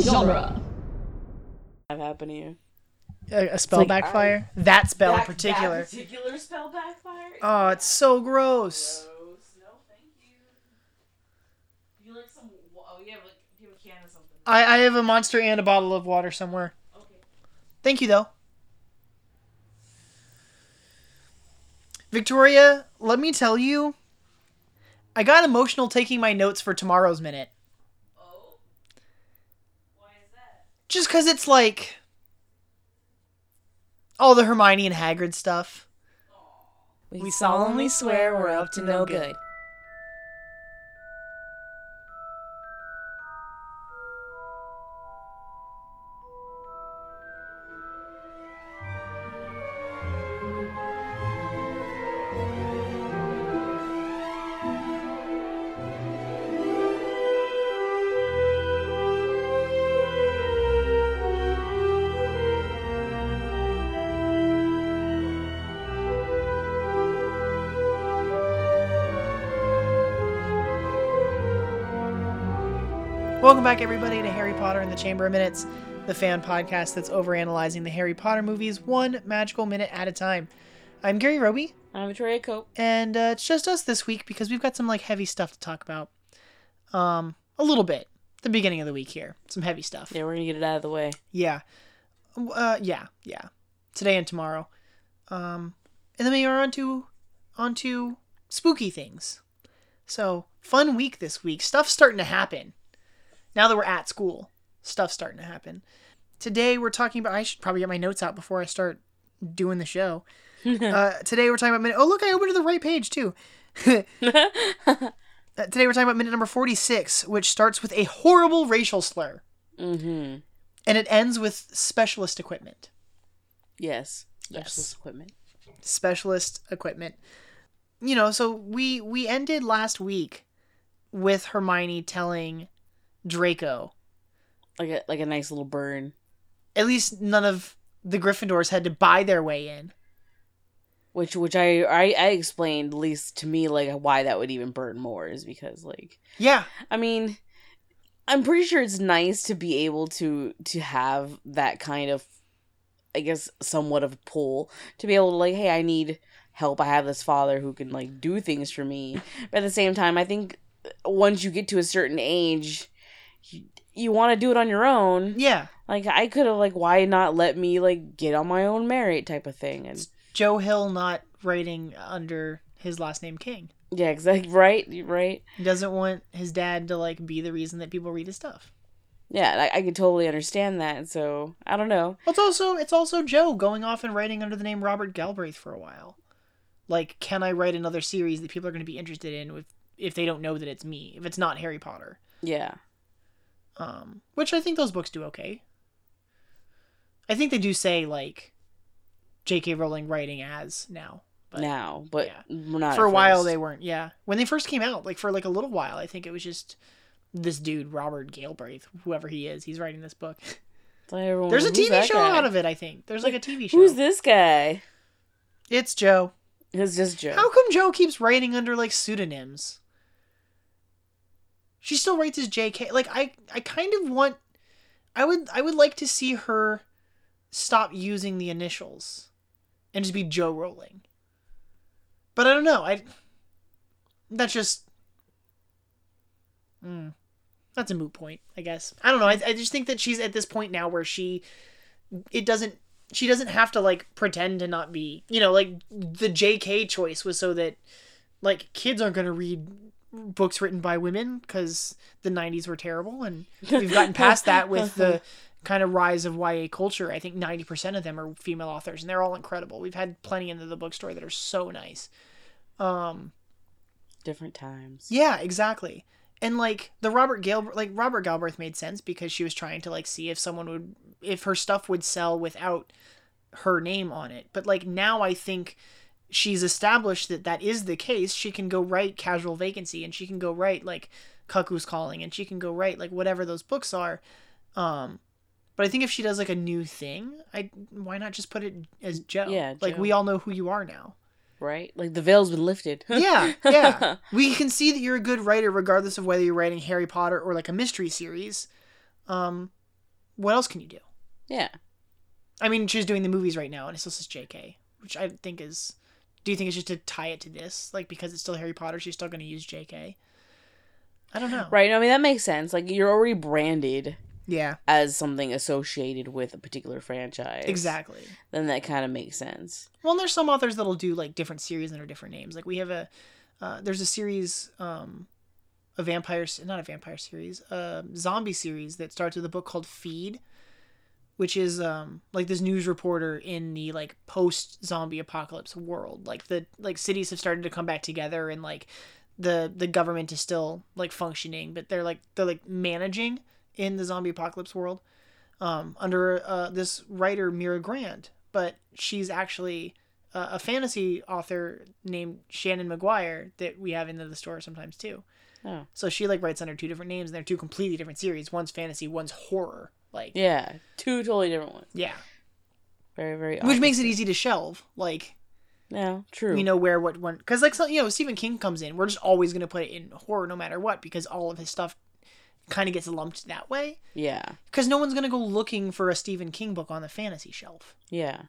genre. Have happened here. A, a spell like, backfire? that spell in That- particular. That particular spell backfire. oh, it's so gross. Gross. No, thank you. Do you like some? Oh, you have like do you have a can of something? I, I have a monster and a bottle of water somewhere. Okay. Thank you, though. Victoria, let me tell you, I got emotional taking my notes for tomorrow's minute. Oh. Why is that? Just because it's like all the Hermione and Hagrid stuff. We solemnly swear we're up to no good. Welcome back, everybody, to Harry Potter and the Chamber of Minutes, the fan podcast that's overanalyzing the Harry Potter movies one magical minute at a time. I'm Gary Roby, I'm Victoria Cope. and uh, it's just us this week because we've got some like heavy stuff to talk about. Um, a little bit the beginning of the week here, some heavy stuff. Yeah, we're gonna get it out of the way. Yeah, uh, yeah, yeah. Today and tomorrow, um, and then we are on to on to spooky things. So fun week this week. Stuff's starting to happen. Now that we're at school, stuff's starting to happen. Today we're talking about. I should probably get my notes out before I start doing the show. uh, today we're talking about minute. Oh look, I opened to the right page too. Mm-hmm. Uh, today we're talking about minute number 46, which starts with a horrible racial slur mm-hmm. and it ends with specialist equipment. Yes. Yes. Specialist equipment. Specialist equipment. You know, so we we ended last week with Hermione telling Draco. Like a like a nice little burn. At least none of the Gryffindors had to buy their way in. Which which I, I I explained at least to me like why that would even burn more is because like Yeah, I mean, I'm pretty sure it's nice to be able to to have that kind of, I guess, somewhat of pull to be able to like, hey, I need help. I have this father who can like do things for me. But at the same time, I think uh, once you get to a certain age, you, you want to do it on your own. yeah. Like I could have like, why not let me like get on my own merit type of thing and. Joe Hill not writing under his last name King. Yeah, exactly. Right, right. He doesn't want his dad to like be the reason that people read his stuff. Yeah, and I, I could totally understand that. So I don't know. Well, It's also it's also Joe going off and writing under the name Robert Galbraith for a while. Like, can I write another series that people are going to be interested in with if they don't know that it's me, if it's not Harry Potter? Yeah, Um, which I think those books do okay. I think they do say like J.K. Rowling writing as now, but now, but yeah. not for a at while first. they weren't. Yeah, when they first came out, like for like a little while, I think it was just this dude Robert Galbraith, whoever he is, he's writing this book. Tell everyone, There's a Oh, who's TV that show guy? out of it, I think. There's like a TV show. Who's this guy? It's Joe. It's just Joe. How come Joe keeps writing under like pseudonyms? She still writes as JK. Like I I kind of want I would I would like to see her stop using the initials and just be Joe Rowling. But I don't know. I that's just Mm. that's a moot point, I guess. I don't know. I, I just think that she's at this point now where she it doesn't she doesn't have to like pretend to not be you know like the jk choice was so that like kids aren't going to read books written by women because the 90s were terrible and we've gotten past that with Uh-huh. the kind of rise of ya culture i think 90% of them are female authors and they're all incredible we've had plenty into the bookstore that are so nice um Different times. yeah, exactly. And like the Robert Gal like Robert Galbraith made sense because she was trying to like see if someone would if her stuff would sell without her name on it. But like now I think she's established that that is the case. She can go write Casual Vacancy and she can go write like Cuckoo's Calling and she can go write like whatever those books are. Um but I think if she does like a new thing, I why not just put it as Joe? Yeah, like Joe. we all know who you are now Right? Like the veil's been lifted. yeah, yeah. We can see that you're a good writer, regardless of whether you're writing Harry Potter or like a mystery series. Um, what else can you do? Yeah. I mean, she's doing the movies right now, and it still says J.K., which I think is. Do you think it's just to tie it to this, like because it's still Harry Potter, she's still going to use J.K. I don't know. Right. I mean, that makes sense. Like, you're already branded Yeah. as something associated with a particular franchise. Exactly. Then that kind of makes sense. Well, and there's some authors that'll do like different series under different names. Like we have a, uh, there's a series, um, a vampire, not a vampire series, a zombie series that starts with a book called Feed, which is um like this news reporter in the like post zombie apocalypse world. Like the like cities have started to come back together and like the the government is still like functioning, but they're like they're like managing in the zombie apocalypse world um, under uh, this writer Mira Grant, but she's actually uh, a fantasy author named Shannon McGuire that we have into the store sometimes too. Oh. So she like writes under two different names, and they're two completely different series. One's fantasy, one's horror. Like yeah, Yeah. Two totally different ones. Very, very which odd. makes it easy to shelve. Like Yeah, true. we know where what one because like so, you know Stephen King comes in, we're just always gonna put it in horror no matter what because all of his stuff kind of gets lumped that way Yeah. because no one's gonna go looking for a Stephen King book on the fantasy shelf. Yeah.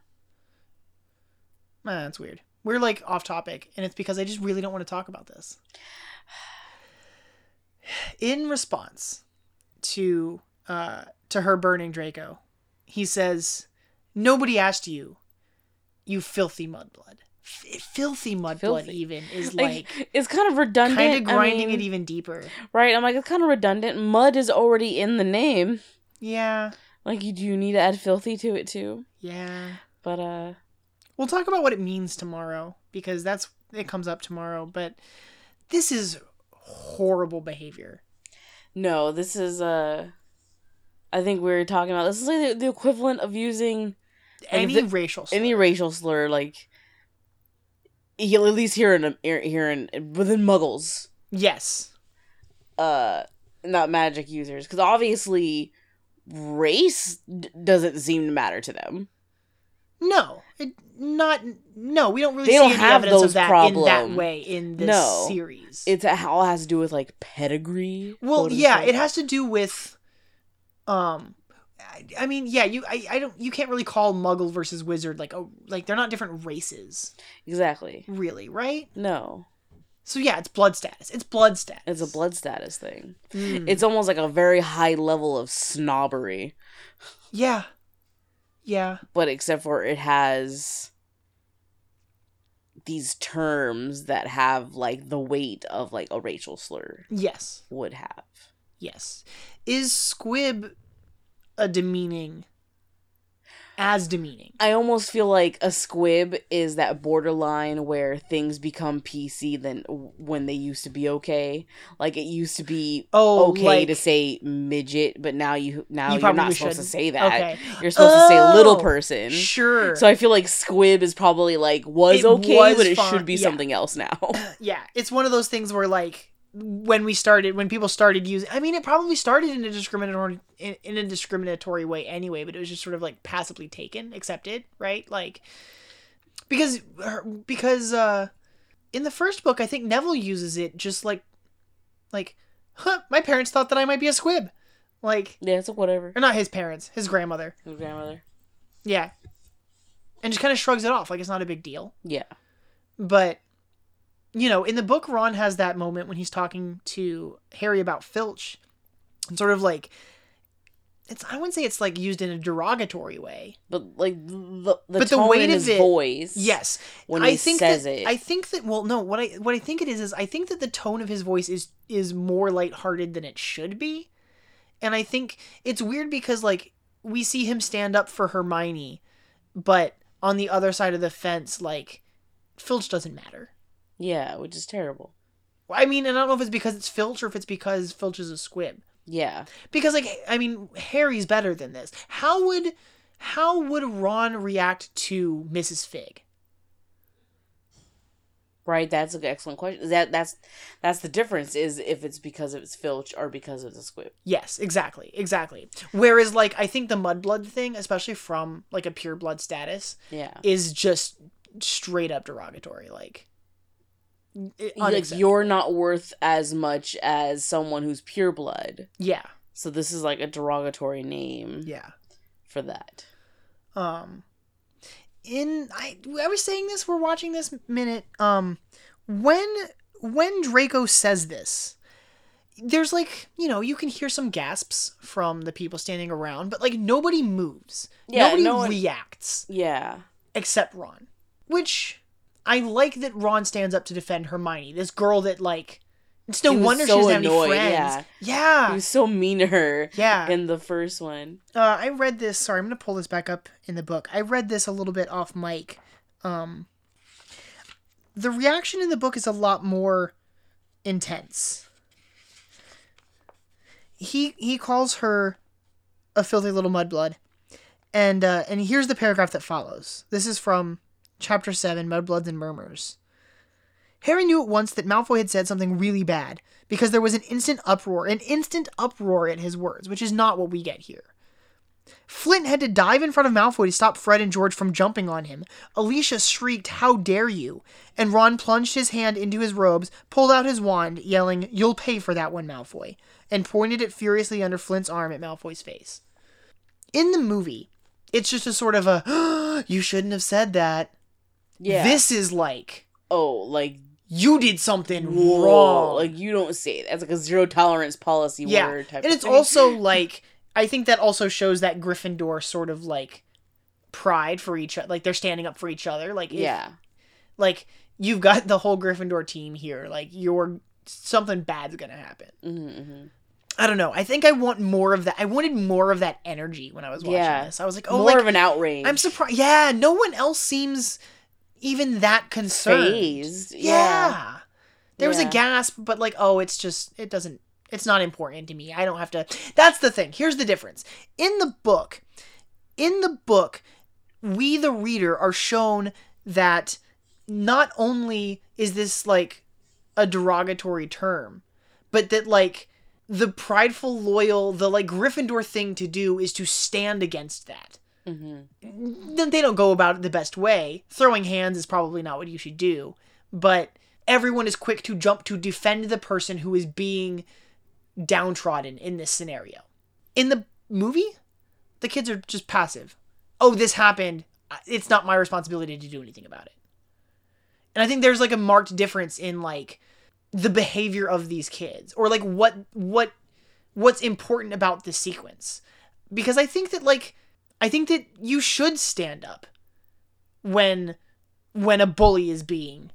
Ah, that's weird. We're like off topic, and it's because I just really don't want to talk about this. In response to uh, to her burning Draco, he says, "Nobody asked you, you filthy mudblood. F- filthy mudblood, Filthy. even is Like, like." it's kind of redundant. Kind of grinding I mean, it even deeper. Right. I'm like, it's kind of redundant. Mud is already in the name. Yeah, Like, you do need to add filthy to it, too. yeah. But, uh, We'll talk about what it means tomorrow because that's it comes up tomorrow. But this is horrible behavior. no, this is, uh, I think we were talking about this is like the, the equivalent of using And Any the- racial slur. any racial slur, like, you at least here in, um, here in, within muggles, Yes. uh, not magic users. Because obviously, race d- doesn't seem to matter to them. No. It, not. No. We don't really. They see don't any have evidence those of that in that problem. way in this No. series. It's it all has to do with like pedigree. well, quote yeah. unquote. It has to do with. Um, I, I mean, yeah. You, I, I don't. You can't really call Muggle versus Wizard like oh, like they're not different races, exactly. really, right? No, So yeah, it's blood status. It's blood status. it's a blood status thing. Mm. It's almost like a very high level of snobbery, yeah. Yeah. but except for it has these terms that have like the weight of like a racial slur Yes. would have. Yes. Is squib a demeaning? As demeaning. I almost feel like a squib is that borderline where things become PC than when they used to be okay. Like it used to be Oh, okay like, to say midget, but now you now You you are probably not supposed to shouldn't. say that. Okay. You're supposed to say little Oh, person. Sure. So I feel like squib is probably like was It okay, was but it fine, should be yeah. something else now. yeah, it's one of those things where like when we started, when people started using, I mean, it probably started in a discriminatory in, in a discriminatory way anyway, but it was just sort of like passively taken, accepted, right? Like because her- because uh in the first book, I think Neville uses it just like like huh, my parents thought that I might be a squib, like yeah, it's like whatever. or not his parents, his grandmother, Your grandmother. yeah, and just kind of shrugs it off like it's not a big deal. Yeah. but you know in the book ron has that moment when he's talking to harry about filch and sort of like it's i wouldn't say it's like used in a derogatory way But like the the But the tone weight in of his it- voice. yes When i he think says that, it. i think that well no what i what i think it is is i think that the tone of his voice is is more lighthearted than it should be and i think it's weird because like we see him stand up for hermione but on the other side of the fence like filch doesn't matter yeah, which is terrible. I mean, and I don't know if it's because it's Filch or if it's because Filch is a squib. Yeah. Because like I mean, Harry's better than this. How would how would Ron react to Mrs. Fig? Right, that's an excellent question. That that's that's the difference is if it's because it's Filch or because it's a squib. Yes, exactly, exactly. Whereas like I think the mudblood thing, especially from like a pure blood status, Yeah, is just straight up derogatory. Like, eh, it- like unaccept- you're not worth as much as someone who's pure blood. yeah, So this is like a derogatory name Yeah. for that. um in I I was saying this we're watching this minute um when when Draco says this there's like you know you can hear some gasps from the people standing around but like nobody moves Yeah, nobody no one- reacts Yeah. except Ron which I like that Ron stands up to defend Hermione this girl that like it's no He was wonder so she doesn't annoyed, have any friends yeah He yeah, was so mean to her yeah. in the first one. uh, I read this. Sorry, I'm gonna pull this back up in the book. I read this a little bit off mic. Um, the reaction in the book is a lot more intense. He he calls her a filthy little mudblood, and uh, and here's the paragraph that follows. This is from chapter seven, Mudbloods and Murmurs. Harry knew at once that Malfoy had said something really bad because there was an instant uproar, an instant uproar at his words, which is not what we get here. Flint had to dive in front of Malfoy to stop Fred and George from jumping on him. Alicia shrieked, How dare you! And Ron plunged his hand into his robes, pulled out his wand, yelling, You'll pay for that one, Malfoy, and pointed it furiously under Flint's arm at Malfoy's face. In the movie, it's just a sort of a, You shouldn't have said that. Yeah. This is like, oh, like You did something whoa, wrong. Like you don't say it. That's like a zero tolerance policy yeah. word type of and it's thing. also like i think that also shows that gryffindor sort of like pride for each other like they're standing up for each other like if- Yeah. like you've got the whole gryffindor team here like you're something bad's gonna happen Mm-hmm. i don't know i think i want more of that i wanted more of that energy when i was watching Yeah. this i was like oh More like, of an outrage. i'm surprised yeah no one else seems even that concerned phased. yeah. There was a Yeah. gasp, but like, oh, it's just, it doesn't, it's not important to me. I don't have to. That's the thing. Here's the difference. In the book, in the book, we, the reader, are shown that not only is this like a derogatory term, but that like the prideful, loyal, the like Gryffindor thing to do is to stand against that Mm-hmm. then they don't go about it the best way. Throwing hands is probably not what you should do, but everyone is quick to jump to defend the person who is being downtrodden in this scenario. In the movie, the kids are just passive. Oh, this happened. I- It's not my responsibility to do anything about it. And I think there's like a marked difference in like the behavior of these kids or like what what what's important about this sequence. Because I think that like I think that you should stand up when when a bully is being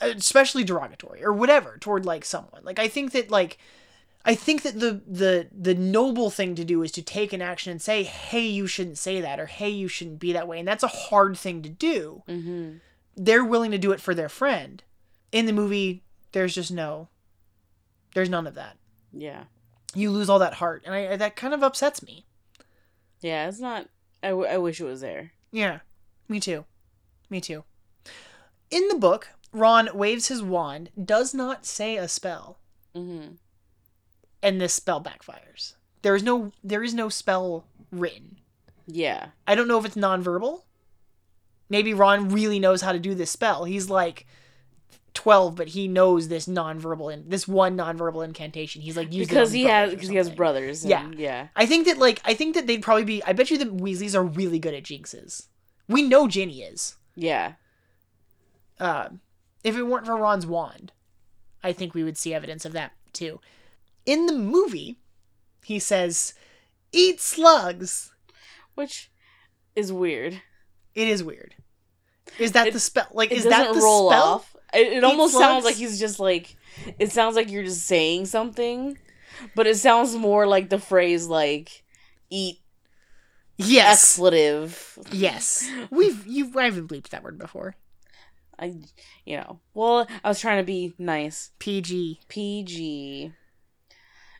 especially derogatory or whatever toward like someone. Like I think that like I think that the the the noble thing to do is to take an action and say, "Hey, you shouldn't say that," or "Hey, you shouldn't be that way." And that's a hard thing to do. Mm-hmm. They're willing to do it for their friend. In the movie, there's just no there's none of that. Yeah. You lose all that heart, and I that kind of upsets me. Yeah. It's not. I, w- I wish it was there. Yeah, me too. Me too. In the book, Ron waves his wand, does not say a spell, Mm-hmm. and this spell backfires. There is no there is no spell written. Yeah. I don't know if it's nonverbal. Maybe Ron really knows how to do this spell. He's like 12 but he knows this nonverbal and this one nonverbal incantation. He's like used it because on his he brothers has or because he has something. brothers. and- Yeah. Yeah. I think that like I think that they'd probably be I bet you the Weasleys are really good at jinxes. We know Ginny is. Yeah. uh, if it weren't for Ron's wand, I think we would see evidence of that too. In the movie, he says, "Eat slugs." Which is weird. It is weird. Is that It- the spell? Like, It is that doesn't the roll spell? off. It, it almost sounds slugs? like he's just like. It sounds like you're just saying something, but it sounds more like the phrase like "eat Yes. expletive." Yes. We've you. I haven't bleeped that word before. I, you know. Well, I was trying to be nice. PG. PG.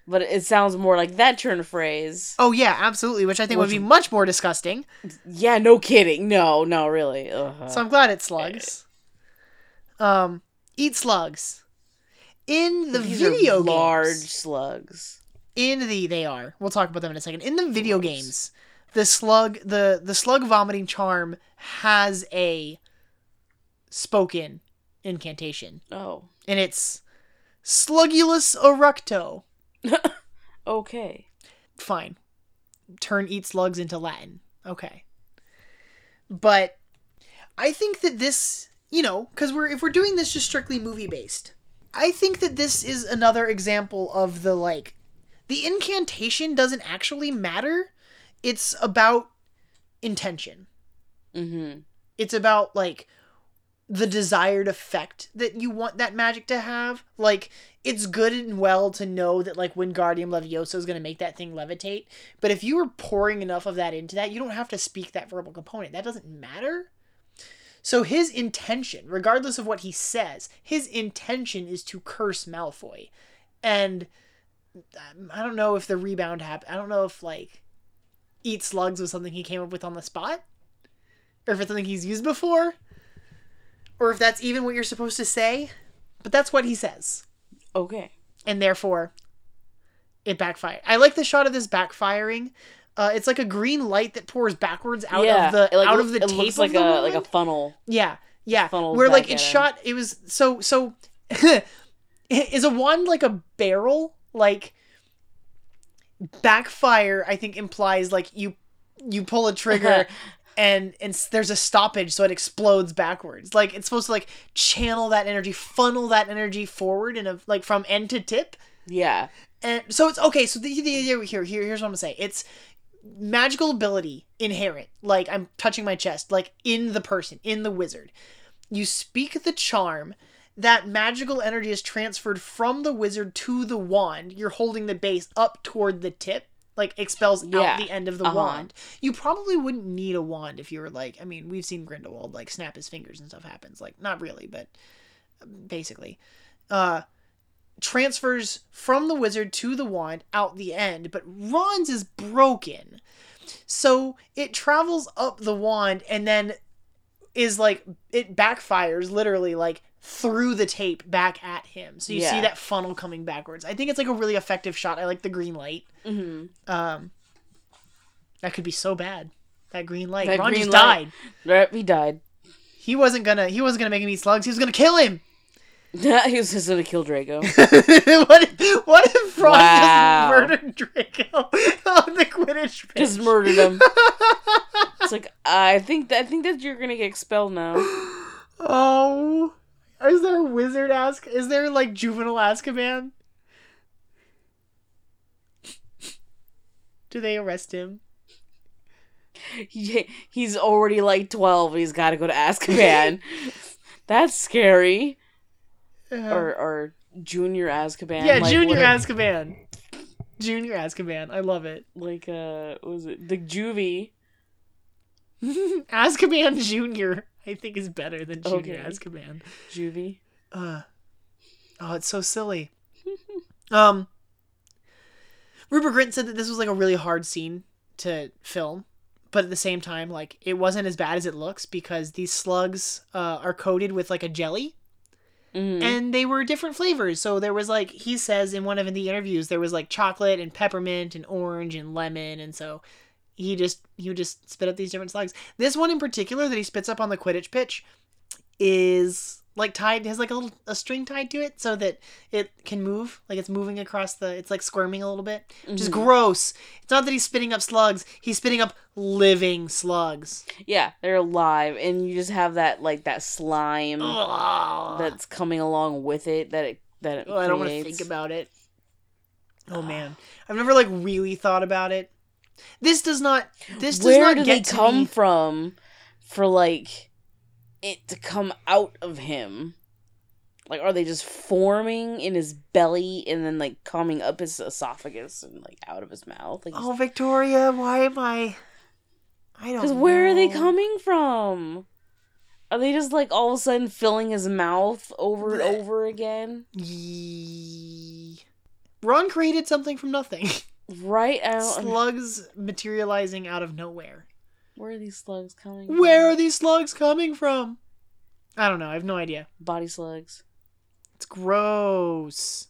But it sounds more like that turn of phrase. Oh yeah, absolutely. Which I think would Which- be much more disgusting. Yeah, no kidding. No, no, really. Uh-huh. Ugh. So I'm glad it's slugs. Eh. Um, eat slugs. In the These are video games, large slugs. in the they are we'll talk about them in a second in the video Gross. games the slug the the slug vomiting charm has a spoken incantation Oh, and it's slugulus eructo Okay. Fine. Turn eat slugs into Latin. Okay. But I think that this, you know, because we're if we're doing this just strictly movie based, I think that this is another example of the like the incantation doesn't actually matter. It's about intention. Mm-hmm. It's about like the desired effect that you want that magic to have. Like it's good and well to know that like Wingardium Leviosa is going to make that thing levitate, but if you were pouring enough of that into that, you don't have to speak that verbal component. That doesn't matter. So his intention, regardless of what he says, his intention is to curse Malfoy, and um, I don't know if the rebound happened. I don't know if like eat slugs was something he came up with on the spot, or if it's something he's used before, or if that's even what you're supposed to say. But that's what he says, Okay. and therefore, it backfired. I like the shot of this backfiring. Uh, it's like a green light that pours backwards out yeah. of the it, like, out look- of the it tape looks of like the a wand. like a funnel. Yeah, yeah. funnels Where like back it at him. shot, it was so so. is a wand like a barrel? Like backfire, I think implies like you you pull a trigger and and s- there's a stoppage, so it explodes backwards. Like it's supposed to like channel that energy, funnel that energy forward, and of like from end to tip. Yeah. And so it's okay. So the, the idea here, here, here's what I'm gonna say. It's magical ability inherent. Like I'm touching my chest, like in the person, in the wizard. You speak the charm. That magical energy is transferred from the wizard to the wand. You're holding the base up toward the tip, like expels Yeah. out the end of the Uh-huh. wand. You probably wouldn't need a wand if you were like, I mean, we've seen Grindelwald like snap his fingers and stuff happens. Like, not really, but basically. Uh, transfers from the wizard to the wand out the end, but Ron's is broken. So it travels up the wand and then is like it backfires literally like through the tape back at him. So you see Yeah. that funnel coming backwards. I think it's like a really effective shot. I like the green light. Mm-hmm. Um that could be so bad. That green light. That Ron green just light. died. Right, he died. He wasn't gonna he wasn't gonna make him eat slugs. He was gonna kill him. he was just gonna kill Draco. what if, what if Ron Wow. just murdered Draco on the Quidditch pitch? just murdered him. it's like I think that I think that you're gonna get expelled now. oh, is there a wizard ask? Is there like juvenile Azkaban? Do they arrest him? He, he's already like twelve. and He's got to go to Azkaban. That's scary. Uh, Or or junior Azkaban. yeah, like, Junior what- Azkaban. Junior Azkaban. I love it. Like uh, what was it the juvie? Azkaban Junior, I think, is better than Junior Okay. Azkaban. Juvie. Uh, oh, it's so silly. um, Rupert Grint said that this was like a really hard scene to film, but at the same time, like it wasn't as bad as it looks because these slugs uh, are coated with like a jelly, Mm. and they were different flavors. So there was like he says in one of the interviews there was like chocolate and peppermint and orange and lemon, and so he just he would just spit up these different slugs. This one in particular that he spits up on the Quidditch pitch is like tied has like a little a string tied to it so that it can move like it's moving across the it's like squirming a little bit which is Mhm. gross it's not that he's spitting up slugs he's spitting up living slugs yeah, they're alive, and you just have that like that slime Ugh. that's coming along with it that it that it Oh, I don't want to creates. think about it. Oh man, I've never like really thought about it. This does not. This does Where not do get they to come me- from for like it to come out of him? Like, are they just forming in his belly and then like coming up his esophagus and like out of his mouth? Like, Oh, Victoria, why am I? I don't. because where are they know. coming from? Are they just like all of a sudden filling his mouth over and Blech. over again? Yee. Ron created something from nothing. Right? I don't, slugs materializing out of nowhere. where are these slugs coming? from? Where are these slugs coming from? I don't know. I have no idea. body slugs? It's gross.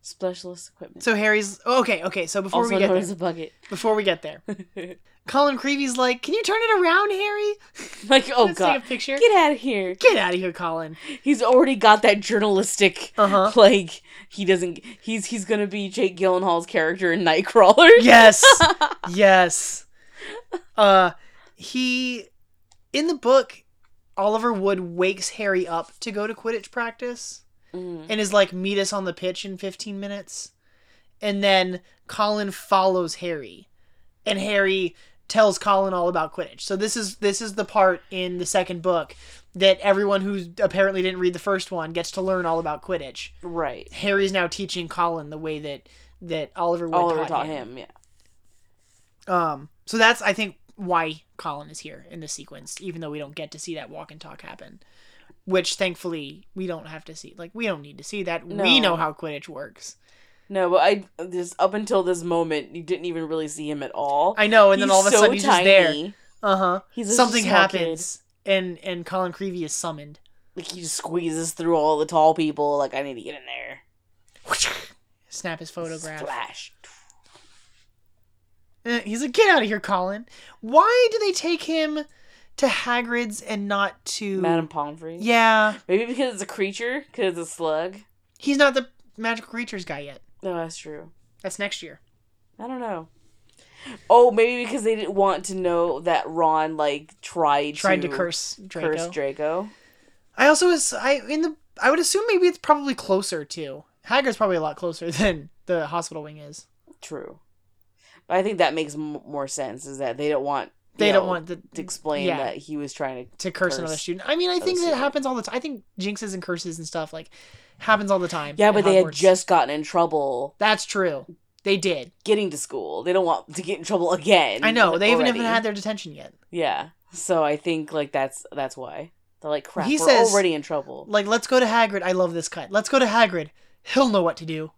specialist equipment. So Harry's oh, okay, okay. So before also we get known there, as a bucket. before we get there, Colin Creevy's like, "Can you turn it around, Harry? like, oh Let's god, take a picture. Get, get out of here! out of here, Colin." He's already got that journalistic. Uh huh. Like he doesn't. He's he's gonna be Jake Gyllenhaal's character in Nightcrawler. Yes, yes. Uh, he in the book, Oliver Wood wakes Harry up to go to Quidditch practice. Mm. and is like, meet us on the pitch in 15 minutes. And then Colin follows Harry, and Harry tells Colin all about Quidditch. So this is this is the part in the second book that everyone who apparently didn't read the first one gets to learn all about Quidditch. Right. Harry's now teaching Colin the way that that Oliver Wood Oliver taught, taught him. him. Yeah. Um, so that's I think why Colin is here in this sequence, even though we don't get to see that walk and talk happen. Which thankfully we don't have to see. Like we don't need to see that. We No. know how Quidditch works. No, but I this up until this moment, you didn't even really see him at all. I know, and then He's all of a so sudden he's just there. tiny. Uh huh. He's a Something small kid. happens, and and Colin Creevy is summoned. Like he just squeezes through all the tall people. Like I need to get in there. Snap his photograph. Splash. Eh, He's like, "Get out of here, Colin! Why do they take him to Hagrid's and not to Madame Pomfrey. Yeah, Maybe because it's a creature, because it's a slug. he's not the magical creatures guy yet. No, that's true. That's next year. I don't know. Oh, maybe because they didn't want to know that Ron like tried Tried to curse Draco. curse Draco. I also was I in the I would assume maybe it's probably closer to Hagrid's probably a lot closer than the hospital wing is. True. But I think that makes m- more sense. Is that they don't want you They don't know, want the to explain yeah. that he was trying to to curse, another Curse student. I mean, I think that student. happens all the time. I think jinxes and curses and stuff like happens all the time. Yeah, at but they had Hogwarts. just gotten in trouble That's true. They did. getting to school. They don't want to get in trouble again. I know. They haven't already. even had their detention yet. Yeah. So I think like that's that's why. They're like crap. He we're says- already in trouble. Like, let's go to Hagrid. I love this cut. Let's go to Hagrid. He'll know what to do.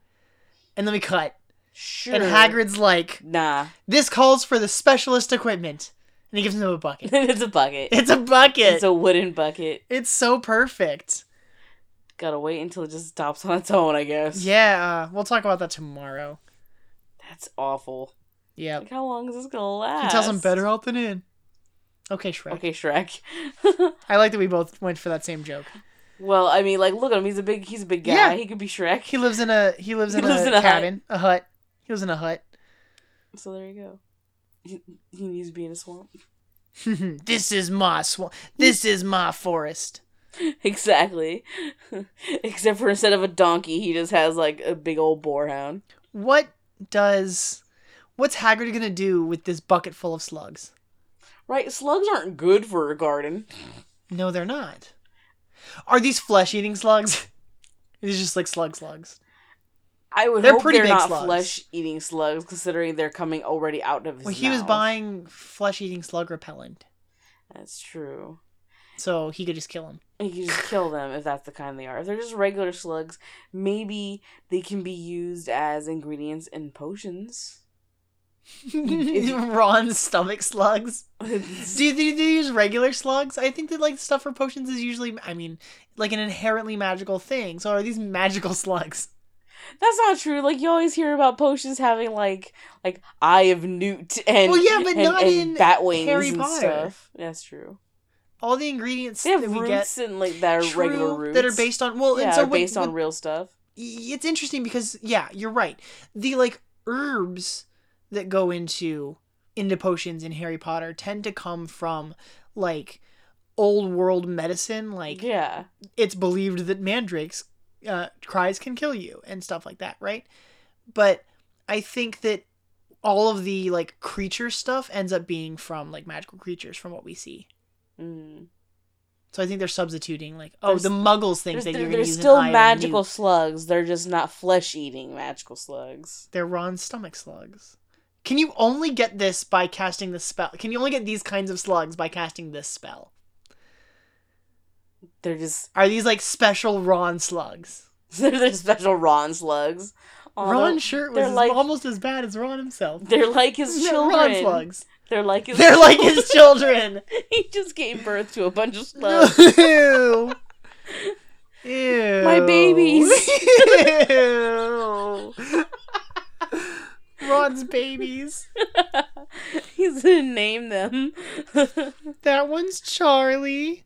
And then we cut. Sure. And Hagrid's like, Nah. this calls for the specialist equipment. And he gives him a bucket. it's a bucket. it's a bucket. It's It's, a wooden bucket. so perfect. Gotta wait until it just stops on its own, I guess. Yeah. Uh, we'll talk about that tomorrow. That's awful. Yeah. Like how long is this gonna last? He tells him better out than in. Okay, Shrek. Okay, Shrek. I like that we both went for that same joke. well, I mean, like, look at him. He's a big. He's a big guy. Yeah. He could be Shrek. He lives in a he lives He in, lives a, in a hut. cabin, a hut. He lives in a hut. so there you go. He, he needs to be in a swamp. this is my swamp. This is my forest. exactly. Except for instead of a donkey, he just has like a big old boarhound. What does what's Hagrid gonna do with this bucket full of slugs? Right? Slugs aren't good for a garden. No, they're not. Are these flesh eating slugs? it's just like slug slugs. I would They're hope pretty they're big not slugs. flesh-eating slugs, considering they're coming already out of his. Well, he was mouth. buying flesh eating slug repellent, That's true. so he could just kill him. You can just kill them if that's the kind they are. If they're just regular slugs, maybe they can be used as ingredients in potions. Ron's stomach slugs. Do you, do you do you use regular slugs? I think that like stuff for potions is usually, I mean, like an inherently magical thing. So are these magical slugs? That's not true. Like you always hear about potions having like like eye of newt and Well, yeah, but and- not and in bat wings Harry and Potter. stuff. That's true. All the ingredients They have that we roots get and like that are true, regular roots that are based on well, yeah, and so are what- based on what- real stuff. it's interesting because yeah, you're right. The like herbs that go into into potions in Harry Potter tend to come from like old world medicine, like yeah, it's believed that mandrakes uh, cries can kill you and stuff like that, right? But I think that all of the like creature stuff ends up being from like magical creatures from what we see. mm. So I think they're substituting like oh There's- the muggles think there's, that there- you're going there's to use still an eye and a magical newt. slugs. They're just not flesh eating magical slugs. They're Ron's stomach slugs. Can you only get this by casting this spell? Can you only get these kinds of slugs by casting this spell? They're just Are these like special Ron slugs? they're, they're special Ron slugs. Aw, Ron they're- shirt was they're like- almost as bad as Ron himself. They're like his Ron children. slugs. They're like his. They're like his children. he just gave birth to a bunch of slugs. Ew. Ew. My babies. Ew. Rod's babies. He's gonna name them. like, I'm That one's Charlie.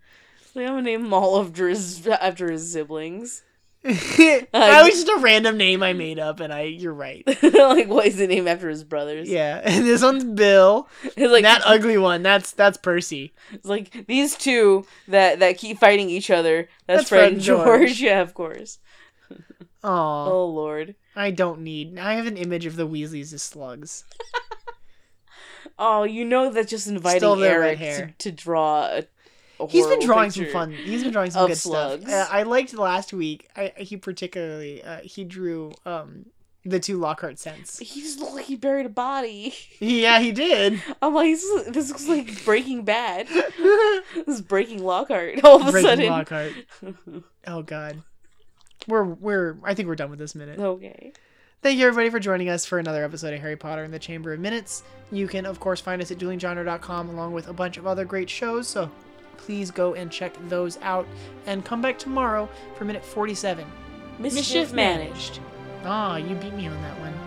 gonna name them all after his after his siblings. that was just a random name I made up, and I you're right. like, what is the name after his brothers? Yeah, and this one's Bill. It's like that ugly one. That's that's Percy. it's like these two that that keep fighting each other. That's, That's Fred, Fred and George. George. Yeah, of course. Aw, Oh lord. I don't need. I have an image of the Weasleys as slugs. Oh, you know that's just inviting Still their red Eric hair. to, to draw. A, a He's been horrible drawing picture. some fun. He's been drawing some of good slugs. stuff. Uh, I liked last week. I he particularly uh, he drew um the two Lockhart scents. He just looked like he buried a body. Yeah, he did. I'm like, this, is- this looks like Breaking Bad. this is Breaking Lockhart. All of a Breaking sudden. Lockhart. Oh God. We're we're I think we're done with this minute. okay. Thank you everybody for joining us for another episode of Harry Potter and the Chamber of Minutes. You can of course find us at duelinggenre.com along with a bunch of other great shows, so please go and check those out and come back tomorrow for minute 47. Mischief, managed. Ah, you beat me on that one.